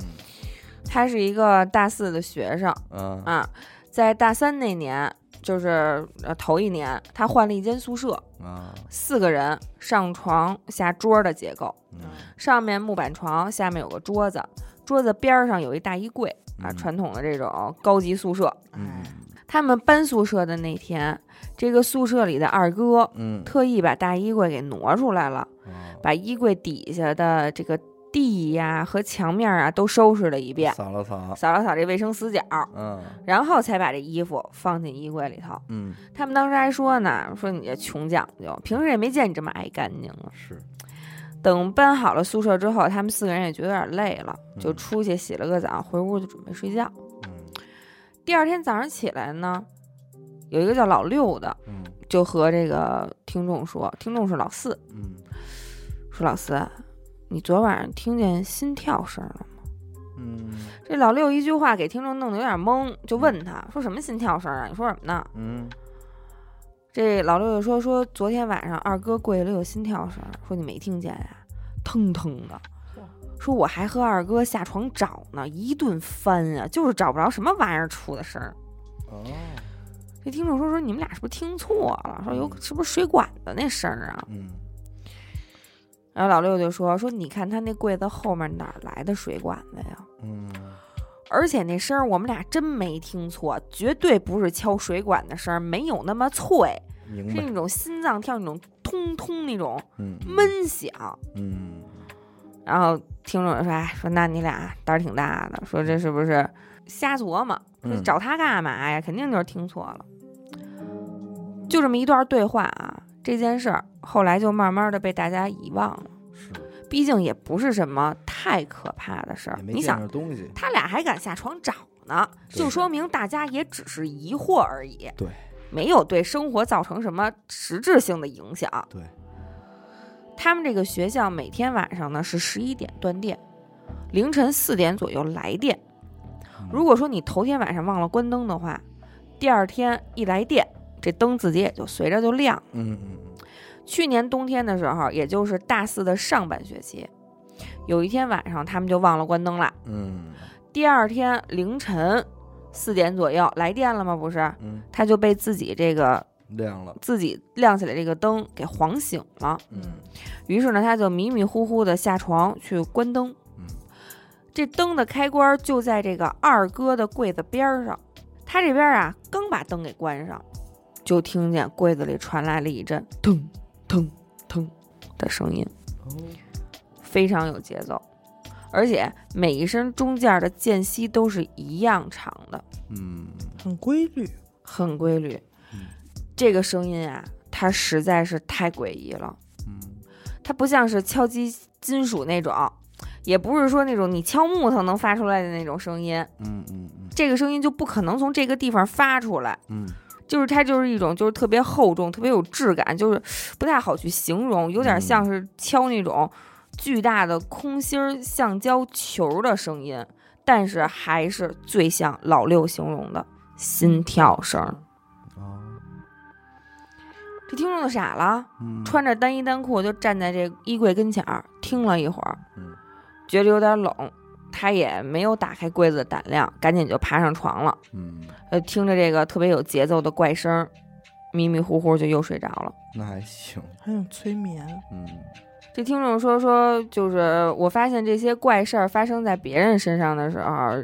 Speaker 3: 他是一个大四的学生
Speaker 1: 啊
Speaker 3: 啊，在大三那年就是呃头一年，他换了一间宿舍，
Speaker 1: 啊，
Speaker 3: 四个人上床下桌的结构，
Speaker 1: 嗯
Speaker 3: 上面木板床，下面有个桌子，桌子边儿上有一大衣柜啊，
Speaker 1: 嗯
Speaker 3: 传哎统的这种高级宿舍。
Speaker 1: 嗯
Speaker 3: 他们搬宿舍的那天，这个宿舍里的二哥
Speaker 1: 嗯，
Speaker 3: 特意把大衣柜给挪出来了，
Speaker 1: 啊
Speaker 3: 把衣柜底下的这个地呀和墙面啊都收拾了一遍，
Speaker 1: 扫了扫，
Speaker 3: 扫了扫这卫生死角，
Speaker 1: 嗯
Speaker 3: 然后才把这衣服放进衣柜里头。
Speaker 1: 嗯
Speaker 3: 他们当时还说呢，说你这穷讲究，平时也没见你这么爱干净啊。
Speaker 1: 是，
Speaker 3: 等搬好了宿舍之后，他们四个人也觉得有点累了，就
Speaker 1: 嗯
Speaker 3: 出去洗了个澡，回屋就准备睡觉。
Speaker 1: 嗯
Speaker 3: 第二天早上起来呢，有一个叫老六的，
Speaker 1: 嗯
Speaker 3: 就和这个听众说，听众是老四，
Speaker 1: 嗯
Speaker 3: 说老四，啊你昨晚上听见心跳声了吗？
Speaker 1: 嗯
Speaker 3: 这老六一句话给听众弄得有点懵，就问他说什么心跳声啊？你说什么呢？
Speaker 1: 嗯
Speaker 3: 这老六就说说昨天晚上二哥柜里有心跳声，说你没听见呀、腾腾的。说我还和二哥下床找呢，一顿翻啊，就是找不着什么玩意儿出的声儿。
Speaker 1: 哦，
Speaker 3: 这听众说说你们俩是不是听错了？说有是不是水管子那声儿啊？
Speaker 1: 嗯
Speaker 3: 然后老六就说说你看他那柜子后面哪儿来的水管子呀？
Speaker 1: 嗯
Speaker 3: 而且那声儿我们俩真没听错，绝对不是敲水管的声儿，没有那么脆，
Speaker 1: 明
Speaker 3: 是
Speaker 1: 白，
Speaker 3: 那种心脏跳那种通通那种
Speaker 1: 嗯
Speaker 3: 闷响。
Speaker 1: 嗯
Speaker 3: 然后听众就说：“哎，说那你俩胆儿挺大的，说这是不是瞎琢磨？说
Speaker 1: 嗯
Speaker 3: 找他干嘛呀？肯定就是听错了。”就这么一段对话啊，这件事儿后来就慢慢的被大家遗忘了，
Speaker 1: 是，
Speaker 3: 毕竟也不是什么太可怕的事儿
Speaker 1: 也。没
Speaker 3: 你
Speaker 1: 见
Speaker 3: 想，
Speaker 1: 着东西，
Speaker 3: 他俩还敢下床找呢，
Speaker 1: 对
Speaker 3: 就说明大家也只是疑惑而已。
Speaker 1: 对，
Speaker 3: 没有对生活造成什么实质性的影响。
Speaker 1: 对，
Speaker 3: 他们这个学校每天晚上呢是十一点断电，凌晨四点左右来电。
Speaker 1: 嗯
Speaker 3: 如果说你头天晚上忘了关灯的话，第二天一来电，这灯自己也就随着就亮了。
Speaker 1: 嗯嗯
Speaker 3: 去年冬天的时候，也就是大四的上半学期，有一天晚上他们就忘了关灯了。
Speaker 1: 嗯
Speaker 3: 第二天凌晨四点左右来电了吗？不是，
Speaker 1: 嗯
Speaker 3: 他就被自己这个
Speaker 1: 嗯亮了，
Speaker 3: 自己亮起来这个灯给晃醒了。
Speaker 1: 嗯
Speaker 3: 于是呢，他就迷迷糊糊的下床去关灯。
Speaker 1: 嗯
Speaker 3: 这灯的开关就在这个二哥的柜子边儿上，他这边啊刚把灯给关上，就听见柜子里传来了一阵腾腾腾的声音，嗯
Speaker 1: 哦，
Speaker 3: 非常有节奏，而且每一声中间的间隙都是一样长的，
Speaker 1: 嗯
Speaker 2: 很规律，
Speaker 3: 很规律
Speaker 1: 嗯。
Speaker 3: 这个声音啊，它实在是太诡异了。
Speaker 1: 嗯
Speaker 3: 它不像是敲击金属那种，也不是说那种你敲木头能发出来的那种声音，
Speaker 1: 嗯嗯
Speaker 3: 这个声音就不可能从这个地方发出来。
Speaker 1: 嗯
Speaker 3: 就是它就是一种就是特别厚重、特别有质感，就是不太好去形容，有点像是敲那种巨大的空心儿橡胶球的声音，但是还是最像老六形容的心跳声儿。
Speaker 1: 哦，
Speaker 3: 这听众就傻了。
Speaker 1: 嗯
Speaker 3: 穿着单衣单裤就站在这衣柜跟前儿听了一会儿，
Speaker 1: 嗯
Speaker 3: 觉得有点冷，他也没有打开柜子的胆量，赶紧就爬上床了。
Speaker 1: 嗯，
Speaker 3: 呃，听着这个特别有节奏的怪声儿，迷迷糊糊就又睡着了。
Speaker 1: 那还行，
Speaker 2: 还有催眠，
Speaker 1: 嗯
Speaker 3: 这听众说说，就是我发现这些怪事儿发生在别人身上的时候，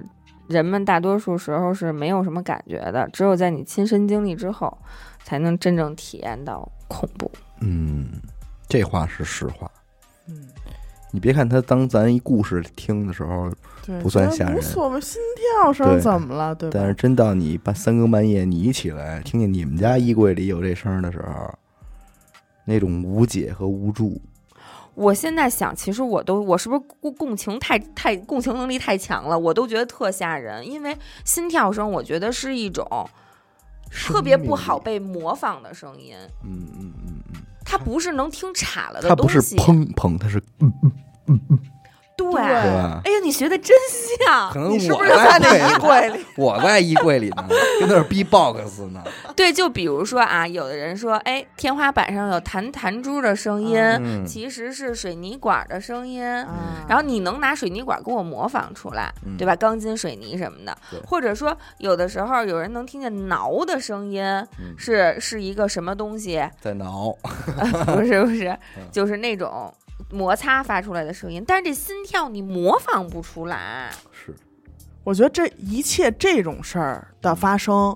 Speaker 3: 人们大多数时候是没有什么感觉的，只有在你亲身经历之后，才能真正体验到恐怖。
Speaker 1: 嗯，这话是实话。
Speaker 2: 嗯，
Speaker 1: 你别看他当咱一故事听的时候，
Speaker 2: 对，
Speaker 1: 不算
Speaker 2: 觉得
Speaker 1: 吓人
Speaker 2: 无所谓，心跳声
Speaker 1: 对
Speaker 2: 怎么了？对吧？
Speaker 1: 但是真到你半三更半夜你一起来，听见你们家衣柜里有这声儿的时候，那种无解和无助，
Speaker 3: 我现在想，其实我都我是不是共共情太太共情能力太强了？我都觉得特吓人，因为心跳声，我觉得是一种特别不好被模仿的声音，
Speaker 1: 嗯嗯嗯嗯，
Speaker 3: 它不是能听岔了的
Speaker 1: 它不
Speaker 3: 东
Speaker 1: 是
Speaker 3: 西，
Speaker 1: 砰砰，它是
Speaker 3: 对，
Speaker 2: 对
Speaker 1: 对吧？
Speaker 3: 哎呀，你学的真像
Speaker 1: 啊可。能
Speaker 2: 你是不
Speaker 1: 我
Speaker 2: 是在那衣
Speaker 1: 柜，
Speaker 2: 柜里？
Speaker 1: 我在衣柜里呢，跟那儿逼 box 呢。
Speaker 3: 对，就比如说啊，有的人说，哎，天花板上有弹弹珠的声音，
Speaker 1: 嗯
Speaker 3: 其实是水泥管的声音。
Speaker 2: 啊
Speaker 3: 然后你能拿水泥管给我模仿出来，
Speaker 1: 嗯
Speaker 3: 对吧？钢筋、水泥什么的
Speaker 1: 对，
Speaker 3: 或者说有的时候有人能听见挠的声音，
Speaker 1: 嗯
Speaker 3: 是是一个什么 东西？
Speaker 1: 在挠，
Speaker 3: 不是不是
Speaker 1: 嗯，
Speaker 3: 就是那种摩擦发出来的声音。但是这心跳你模仿不出来，
Speaker 1: 是
Speaker 2: 我觉得这一切这种事儿的发生，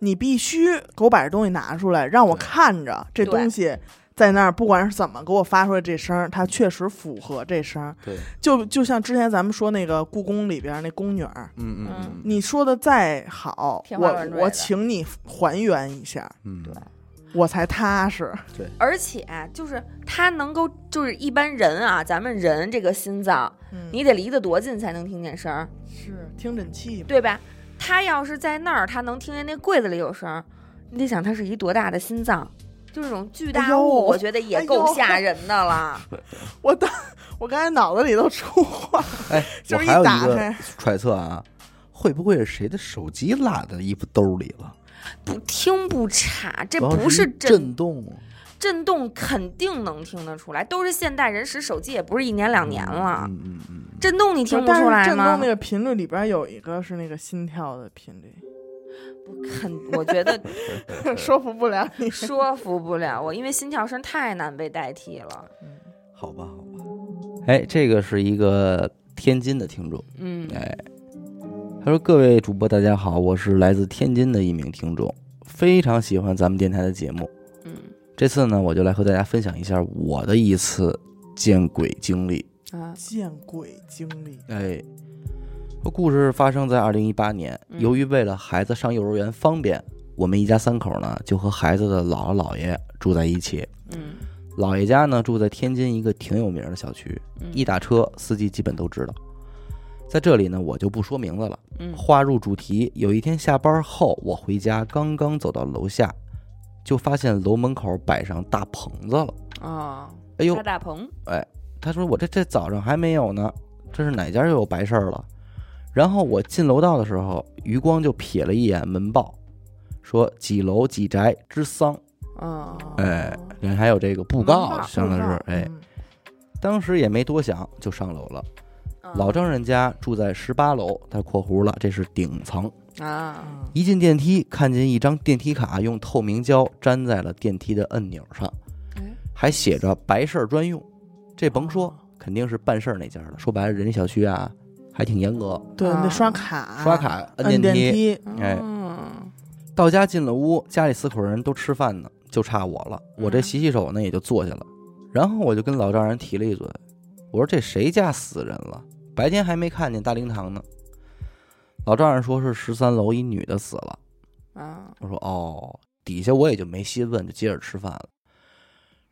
Speaker 2: 你必须给我把这东西拿出来，让我
Speaker 1: 对
Speaker 2: 看着这
Speaker 3: 对
Speaker 2: 东西在那儿，不管是怎么给我发出来这声儿，它确实符合这声儿。
Speaker 1: 对，
Speaker 2: 就就像之前咱们说那个故宫里边那宫女儿，
Speaker 1: 嗯
Speaker 3: 嗯
Speaker 1: 嗯
Speaker 2: 你说的再好，
Speaker 3: 天花
Speaker 2: 我
Speaker 3: 乱坠
Speaker 2: 我
Speaker 3: 的
Speaker 2: 请你还原一下，
Speaker 1: 嗯，
Speaker 3: 对
Speaker 2: 我才踏实。
Speaker 3: 而且啊就是它能够，就是一般人啊，咱们人这个心脏，
Speaker 2: 嗯
Speaker 3: 你得离得多近才能听见声儿，
Speaker 2: 是听诊器嘛
Speaker 3: 对吧？他要是在那儿，他能听见那柜子里有声儿，你得想它是一多大的心脏，就这种巨
Speaker 2: 哎
Speaker 3: 大
Speaker 2: 呦
Speaker 3: 物，我觉得也
Speaker 2: 哎
Speaker 3: 够
Speaker 2: 呦
Speaker 3: 吓人的了。
Speaker 2: 我当我刚才脑子里都出 话，
Speaker 1: 哎，
Speaker 2: 就
Speaker 1: 我
Speaker 2: 是
Speaker 1: 还有
Speaker 2: 一打
Speaker 1: 一个
Speaker 2: 开
Speaker 1: 揣测啊，会不会是谁的手机落在衣服兜里了？
Speaker 3: 不听不查，这
Speaker 1: 主要
Speaker 3: 不
Speaker 1: 是
Speaker 3: 是
Speaker 1: 一
Speaker 3: 震
Speaker 1: 震动，啊
Speaker 3: 震动，肯定能听得出来。都是现代人使手机，也不是一年两年
Speaker 2: 啊
Speaker 3: 了。
Speaker 1: 嗯嗯嗯嗯，
Speaker 3: 震动你听不
Speaker 2: 但是
Speaker 3: 出来
Speaker 2: 震
Speaker 3: 吗
Speaker 2: 动那？个频率里边有一个是那个心跳的频 率，
Speaker 3: 肯，我觉得
Speaker 2: 说服不了你。
Speaker 3: 说服不了我，因为心跳声太难被代替了。
Speaker 1: 好吧好吧。哎，这个是一个天津的听众，
Speaker 3: 嗯，
Speaker 1: 哎，他说：“各位主播，大家好，我是来自天津的一名听众，非常喜欢咱们电台的节目。
Speaker 3: 嗯
Speaker 1: 这次呢，我就来和大家分享一下我的一次见鬼经历。
Speaker 3: 啊，
Speaker 2: 见鬼经历，
Speaker 1: 哎，这故事发生在二零一八年，
Speaker 3: 嗯
Speaker 1: 由于为了孩子上幼儿园方便，我们一家三口呢就和孩子的姥姥姥爷住在一起。
Speaker 3: 嗯
Speaker 1: 姥爷家呢住在天津一个挺有名的小区，
Speaker 3: 嗯
Speaker 1: 一打车司机基本都知道。在这里呢，我就不说名字了。
Speaker 3: 嗯
Speaker 1: 话入主题，有一天下班后，我回家，刚刚走到楼下，就发现楼门口摆上大棚子了。
Speaker 3: 哦，
Speaker 1: 哎呦
Speaker 3: 大，大鹏，
Speaker 1: 他说我这这早上还没有呢，这是哪家又有白事儿了？然后我进楼道的时候，余光就瞥了一眼门报，说几楼几宅之丧，
Speaker 3: 哦，
Speaker 1: 哎，人还有这个布
Speaker 3: 门
Speaker 1: 告，
Speaker 3: 报
Speaker 1: 相当是哎，
Speaker 2: 嗯，
Speaker 1: 当时也没多想就上楼了。
Speaker 2: 哎
Speaker 3: 嗯
Speaker 1: 老丈人家住在十八楼，他括弧了，这是顶层。
Speaker 3: 啊，
Speaker 1: 一进电梯，看见一张电梯卡用透明胶粘在了电梯的按钮上
Speaker 3: 哎，
Speaker 1: 还写着“白事儿专用”。这甭说
Speaker 2: 哦，
Speaker 1: 肯定是办事儿那家的。说白了，人家小区啊还挺严格，
Speaker 2: 对，
Speaker 3: 啊
Speaker 2: 你得刷卡，
Speaker 1: 刷，卡
Speaker 2: 摁
Speaker 1: 摁电梯。
Speaker 2: 梯，
Speaker 1: 哎
Speaker 3: 嗯
Speaker 1: 到家进了屋，家里四口人都吃饭呢，就差我了。我这
Speaker 3: 嗯
Speaker 1: 洗洗手呢也就坐下了，然后我就跟老丈人提了一嘴，我说这谁家死人了？白天还没看见大灵堂呢。老丈人说是十三楼一女的死了。
Speaker 3: 啊，
Speaker 1: 我说哦，底下我也就没细问，就接着吃饭了。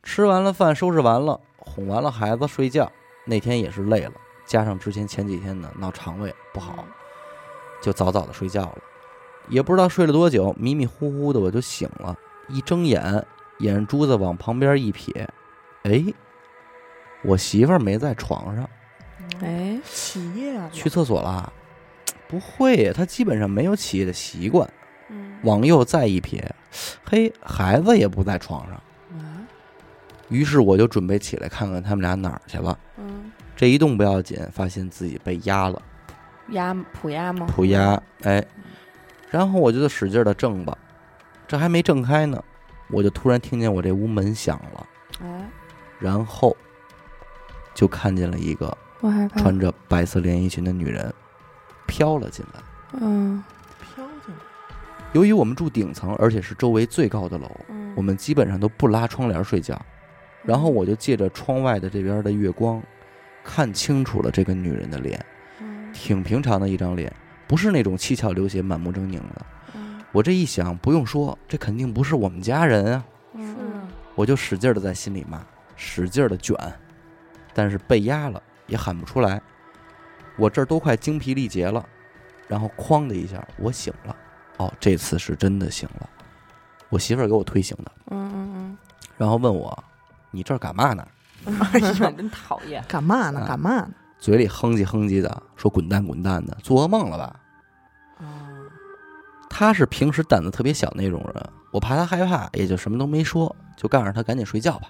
Speaker 1: 吃完了饭，收拾完了，哄完了孩子睡觉。那天也是累了，加上之前前几天呢闹肠胃不
Speaker 3: 嗯
Speaker 1: 好，就早早的睡觉了。也不知道睡了多久，迷迷糊糊的我就醒了，一睁眼，眼珠子往旁边一撇，哎，我媳妇儿没在床上，
Speaker 3: 哎，
Speaker 2: 起夜了，
Speaker 1: 去厕所啦。不会呀，她基本上没有起夜的习惯。
Speaker 3: 嗯，
Speaker 1: 往右再一瞥，嘿，孩子也不在床上。
Speaker 3: 啊
Speaker 1: 于是我就准备起来看看他们俩哪儿去了。
Speaker 3: 嗯，
Speaker 1: 这一动不要紧，发现自己被压了，
Speaker 3: 压普压吗？
Speaker 1: 普压，哎，然后我就使劲的挣吧，这还没挣开呢，我就突然听见我这屋门响了，
Speaker 3: 哎，
Speaker 1: 然后就看见了一个
Speaker 3: 我害怕，
Speaker 1: 穿着白色连衣裙的女人飘了进来。
Speaker 3: 嗯
Speaker 2: 飘进来，
Speaker 1: 由于我们住顶层，而且是周围最高的楼，
Speaker 3: 嗯，
Speaker 1: 我们基本上都不拉窗帘睡觉。然后我就借着窗外的这边的月光，看清楚了这个女人的脸，
Speaker 3: 嗯，
Speaker 1: 挺平常的一张脸，不是那种七窍流血、满目狰狞的。
Speaker 3: 嗯
Speaker 1: 我这一想，不用说，这肯定不是我们家人啊！
Speaker 3: 嗯
Speaker 2: 是啊
Speaker 1: 我就使劲的在心里骂，使劲的卷，但是被压了也喊不出来，我这儿都快精疲力竭了。然后哐的一下，我醒了。哦，这次是真的醒了，我媳妇儿给我推醒的，
Speaker 3: 嗯
Speaker 1: 然后问我：“你这儿干嘛呢？”
Speaker 3: 嗯嗯，真讨厌。
Speaker 2: 干嘛呢？
Speaker 1: 啊
Speaker 2: 干嘛呢？
Speaker 1: 嘴里哼唧哼唧的说滚蛋滚蛋的，做噩梦了吧？
Speaker 2: 啊，
Speaker 1: 他是平时胆子特别小那种人，我怕他害怕，也就什么都没说，就告诉他赶紧睡觉吧。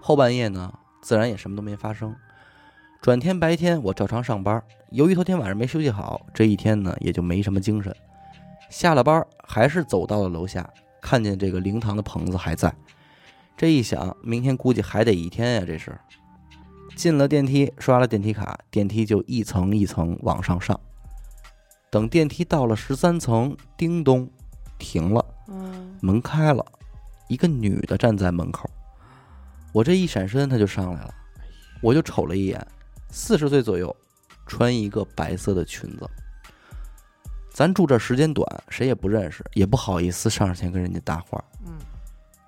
Speaker 1: 后半夜呢，自然也什么都没发生。转天白天我照常上班，由于头天晚上没休息好，这一天呢也就没什么精神。下了班还是走到了楼下，看见这个灵堂的棚子还在，这一想，明天估计还得一天呀、这是。进了电梯，刷了电梯卡，电梯就一层一层往上上。等电梯到了十三层，叮咚，停了，
Speaker 3: 嗯，
Speaker 1: 门开了，一个女的站在门口。我这一闪身，她就上来了，我就瞅了一眼，四十岁左右，穿一个白色的裙子。咱住这时间短，谁也不认识，也不好意思上前跟人家搭话，
Speaker 2: 嗯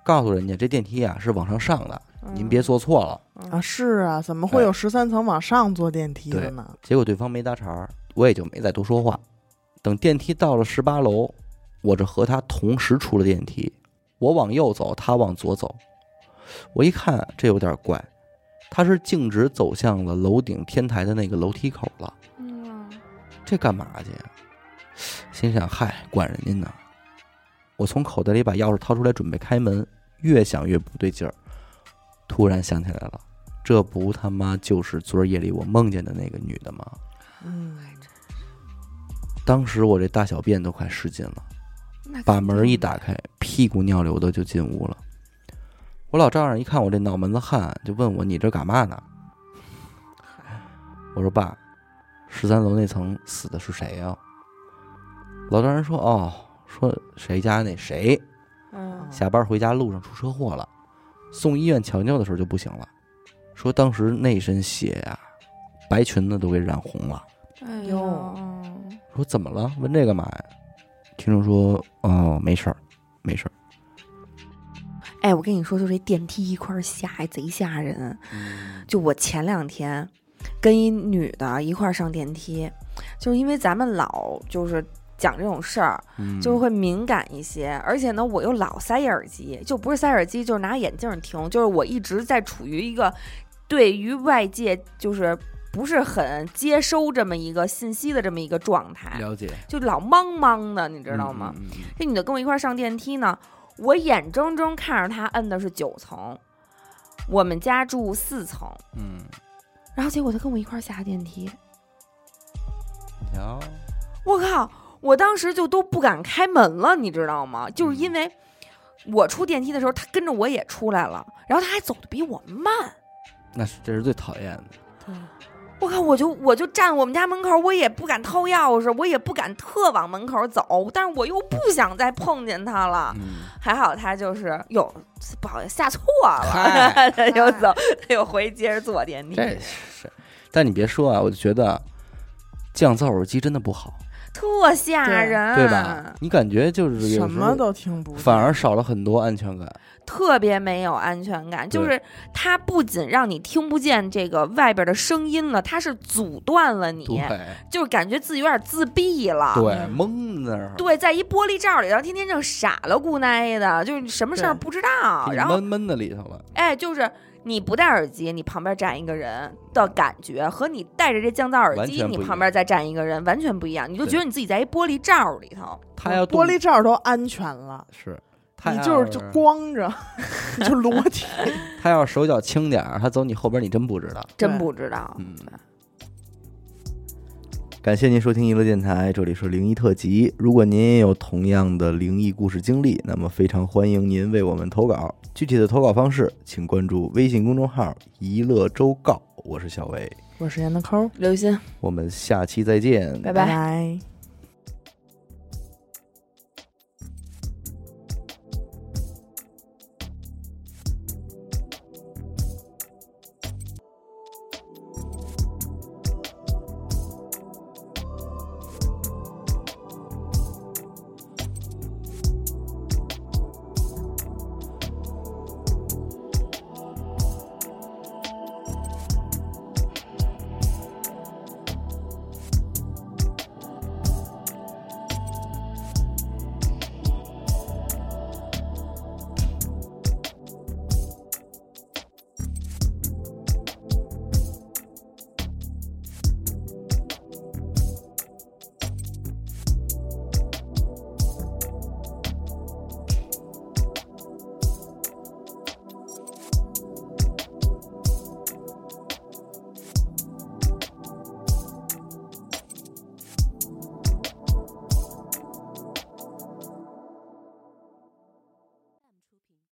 Speaker 1: 告诉人家这电梯啊是往上上的，
Speaker 3: 嗯
Speaker 1: 您别坐错了。
Speaker 2: 啊，是啊，怎么会有十三层往上坐电梯的呢？
Speaker 1: 结哎果对方没搭茬儿，我也就没再多说话。等电梯到了十八楼，我这和他同时出了电梯，我往右走，他往左走。我一看这有点怪，他是径直走向了楼顶天台的那个楼梯口了，
Speaker 3: 嗯
Speaker 1: 这干嘛去呀？心想，嗨，管人家呢。我从口袋里把钥匙掏出来准备开门，越想越不对劲儿，突然想起来了，这不他妈就是昨儿夜里我梦见的那个女的吗？
Speaker 2: 嗯，
Speaker 1: 当时我这大小便都快失禁了，
Speaker 3: 那
Speaker 1: 把
Speaker 3: 肯定
Speaker 1: 门一打开，屁股尿流的就进屋了。我老丈人一看我这脑门子汗，就问我：“你这干嘛呢？”我说：“爸，十三楼那层死的是谁呀、老丈人说：“哦，说谁家那谁
Speaker 3: 嗯
Speaker 1: 下班回家路上出车祸了，送医院抢救的时候就不行了，说当时那身血呀、白裙子都给染红了。”
Speaker 3: 哎
Speaker 2: 哟
Speaker 3: 呦，
Speaker 1: 说怎么了？问这干嘛呀？听众说哦，没事儿，没事儿。
Speaker 3: 哎，我跟你说，就这电梯一块儿下，还贼吓人。
Speaker 1: 嗯
Speaker 3: 就我前两天跟一女的一块儿上电梯，就是因为咱们老就是讲这种事儿，
Speaker 1: 嗯
Speaker 3: 就是会敏感一些。而且呢，我又老塞耳机，就不是塞耳机，就是拿眼镜儿听，就是我一直在处于一个对于外界就是。不是很接收这么一个信息的这么一个状态，
Speaker 1: 了解，
Speaker 3: 就老懵懵的，你知道吗？
Speaker 1: 嗯？嗯
Speaker 3: 这女的跟我一块儿上电梯呢，我眼睁睁看着她摁的是九层，我们家住四层，
Speaker 1: 嗯，
Speaker 3: 然后结果她跟我一块儿下电梯，
Speaker 1: 嗯瞧，
Speaker 3: 我靠！我当时就都不敢开门了，你知道吗？就是
Speaker 1: 嗯
Speaker 3: 因为我出电梯的时候，她跟着我也出来了，然后她还走的比我慢，
Speaker 1: 那是这是最讨厌的。
Speaker 3: 我靠！我就我就站我们家门口，我也不敢掏钥匙，我也不敢特往门口走，但是我又不想再碰见她了。
Speaker 1: 嗯，
Speaker 3: 还好他就是哟，不好意思下错
Speaker 1: 嗨
Speaker 3: 了， 他又走，他又回接着坐电梯。
Speaker 1: 这是，但你别说啊，我就觉得降噪耳机真的不好，
Speaker 3: 特吓人，
Speaker 1: 对吧？？你感觉就是有时候
Speaker 2: 嗯什么都听不见，
Speaker 1: 反而少了很多安全感。
Speaker 3: 特别没有安全感，
Speaker 1: 对
Speaker 3: 就是它不仅让你听不见这个外边的声音了，它是阻断了你，
Speaker 1: 对
Speaker 3: 就是感觉自己有点自闭了。
Speaker 1: 对，
Speaker 2: 嗯
Speaker 1: 蒙在那儿，
Speaker 3: 对在一玻璃罩里，然后天天正傻了咕哝的，就是什么事儿
Speaker 2: 对
Speaker 3: 不知道，
Speaker 1: 给你
Speaker 3: 然后
Speaker 1: 闷闷的里头了。
Speaker 3: 哎，就是你不戴耳机，你旁边站一个人的感觉，和你戴着这降噪耳
Speaker 1: 完
Speaker 3: 机，
Speaker 1: 全不一
Speaker 3: 你
Speaker 1: 样
Speaker 3: 旁边再站一个人，完全不一样。你就
Speaker 1: 对
Speaker 3: 觉得你自己在一玻璃罩里头，
Speaker 1: 他要动
Speaker 2: 玻璃罩都安全了，
Speaker 1: 是，他
Speaker 2: 你
Speaker 1: 要
Speaker 2: 就是就光着， 你就裸体，
Speaker 1: 他要是手脚轻点儿，他走你后边，你真不知道。
Speaker 3: 真
Speaker 2: 对
Speaker 3: 不知道。
Speaker 1: 嗯，感谢您收听娱乐电台，这里是灵异特辑。如果您也有同样的灵异故事经历，那么非常欢迎您为我们投稿。具体的投稿方式，请关注微信公众号“娱乐周告”。我是小维，
Speaker 2: 我是闫德抠，
Speaker 3: 刘鑫，
Speaker 1: 我们下期再见，
Speaker 3: 拜拜
Speaker 2: 拜